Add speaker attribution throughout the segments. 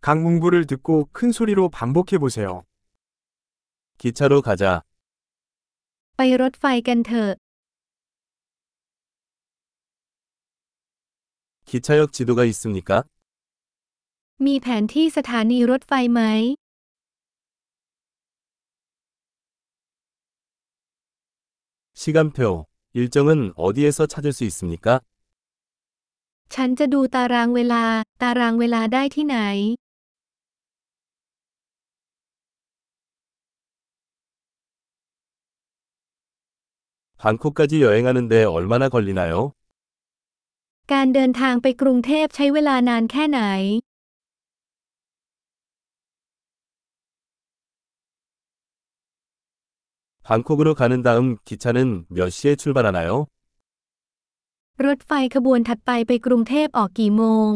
Speaker 1: 각 문구를 듣고 큰 소리로 반복해 보세요.
Speaker 2: 기차로 가자.
Speaker 3: ไปรถไฟกันเถอะ
Speaker 2: 기차역 지도가 있습니까?
Speaker 3: มีแผนที่สถานีรถไฟไหม
Speaker 2: 시간표, 일정은 어디에서 찾을 수 있습니까?
Speaker 3: ฉันจะดูตารางเวลา ตารางเวลาได้ที่ไหน
Speaker 2: 방콕까지 여행하는데 얼마나 걸리나요?
Speaker 3: การเดินทางไปกรุงเทพใช้เวลานานแค่ไหน
Speaker 2: 방콕으로 가는 다음 기차는 몇 시에 출발하나요?
Speaker 3: รถไฟขบวนถัดไปไปกรุงเทพออกกี่โมง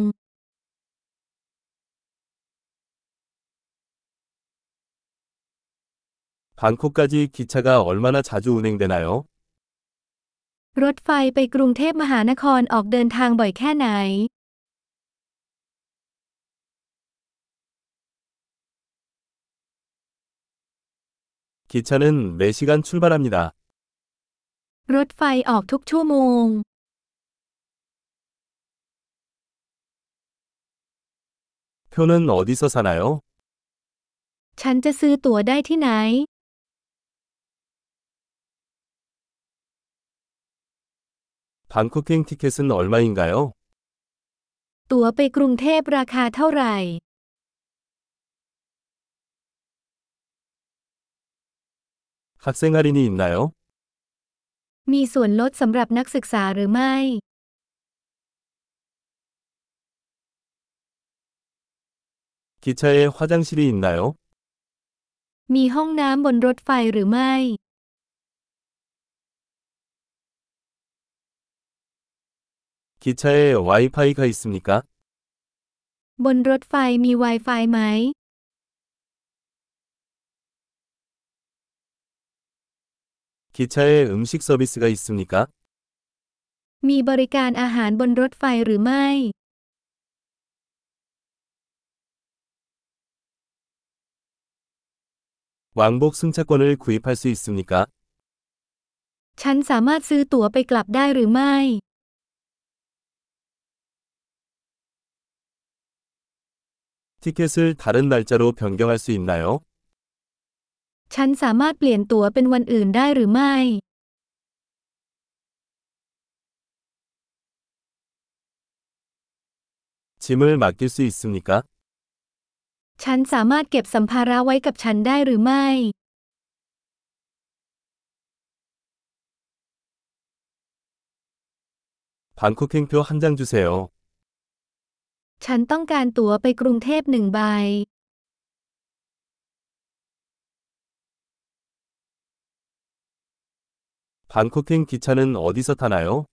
Speaker 2: 방콕까지 기차가 얼마나 자주 운행되나요?
Speaker 3: รถไฟไปกรุงเทพมหานครออกเดินทางบ่อยแค่ไหน
Speaker 2: 기차는 4시간 출발합니다.
Speaker 3: รถไฟออกทุกชั่วโมง
Speaker 2: 표는 어디서 사나요?
Speaker 3: ฉันจะซื้อตั๋วได้ที่ไหน
Speaker 2: 방콕행 티켓은 얼마인가요?
Speaker 3: ตั๋วไปกรุงเทพราคาเท่าไหร่
Speaker 2: 학생 할인이 있나요?
Speaker 3: มีส่วนลดสำหรับนักศึกษาหรือไม่
Speaker 2: 기차에 화장실이 있나요?
Speaker 3: มีห้องน้ำบนรถไฟหรือไม่
Speaker 2: 기차에 와이파이가 있습니까?
Speaker 3: บนรถไฟมี Wi-Fi ไหม
Speaker 2: 기차에 음식 서비스가 있습니까?
Speaker 3: มีบริการอาหารบนรถไฟหรือไม่
Speaker 2: 왕복 승차권을 구입할 수 있습니까?
Speaker 3: ฉันสามารถซื้อตั๋วไปกลับได้หรือไม่
Speaker 2: 티켓을 다른 날짜로 변경할 수 있나요?
Speaker 3: ฉันสามารถเปลี่ยนตั๋วเป็นวันอื่นได้หรือไม่
Speaker 2: 짐을 맡길 수 있습니까?
Speaker 3: ฉันสามารถเก็บสัมภาระไว้กับฉันได้หรือไม่
Speaker 2: 방콕행표 한 장 주세요.
Speaker 3: ฉันต้องการตั๋วไปกรุงเทพหนึ่งใบ
Speaker 2: 방콕행 기차는 어디서 타나요?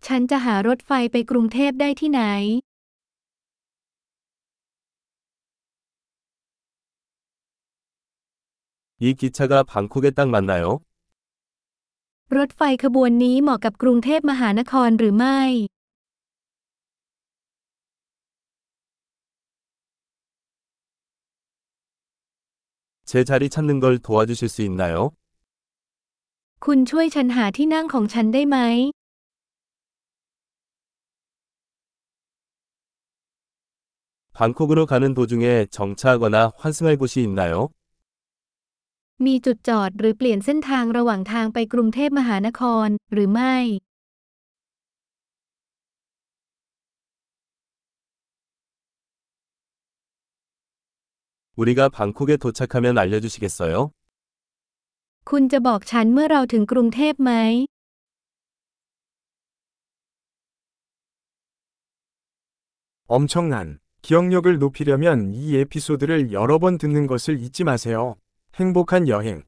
Speaker 3: ฉันจะหารถไฟไปกรุงเทพได้ที่ไหน
Speaker 2: 이 기차가 방콕에 딱 맞나요?
Speaker 3: รถไฟขบวนนี้เหมาะกับกรุงเทพมหานครหรือไม่
Speaker 2: 제 자리 찾는 걸 도와주실 수 있나요?
Speaker 3: คุณช่วยฉันหาที่นั่งของฉันได้ไหม
Speaker 2: 방콕으로 가는 도중에 정차하거나 환승할 곳이 있나요?
Speaker 3: มีจุดจอดหรือเปลี่ยนเส้นทางระหว่างทางไปกรุงเทพมหานครหรือไม่
Speaker 2: 우리가 방콕에 도착하면 알려주시겠어요?
Speaker 3: คุณจะบอกฉันเมื่อเราถึงกรุงเทพไหม
Speaker 1: 엄청난 기억력을 높이려면 이 에피소드를 여러 번 듣는 것을 잊지 마세요. 행복한 여행.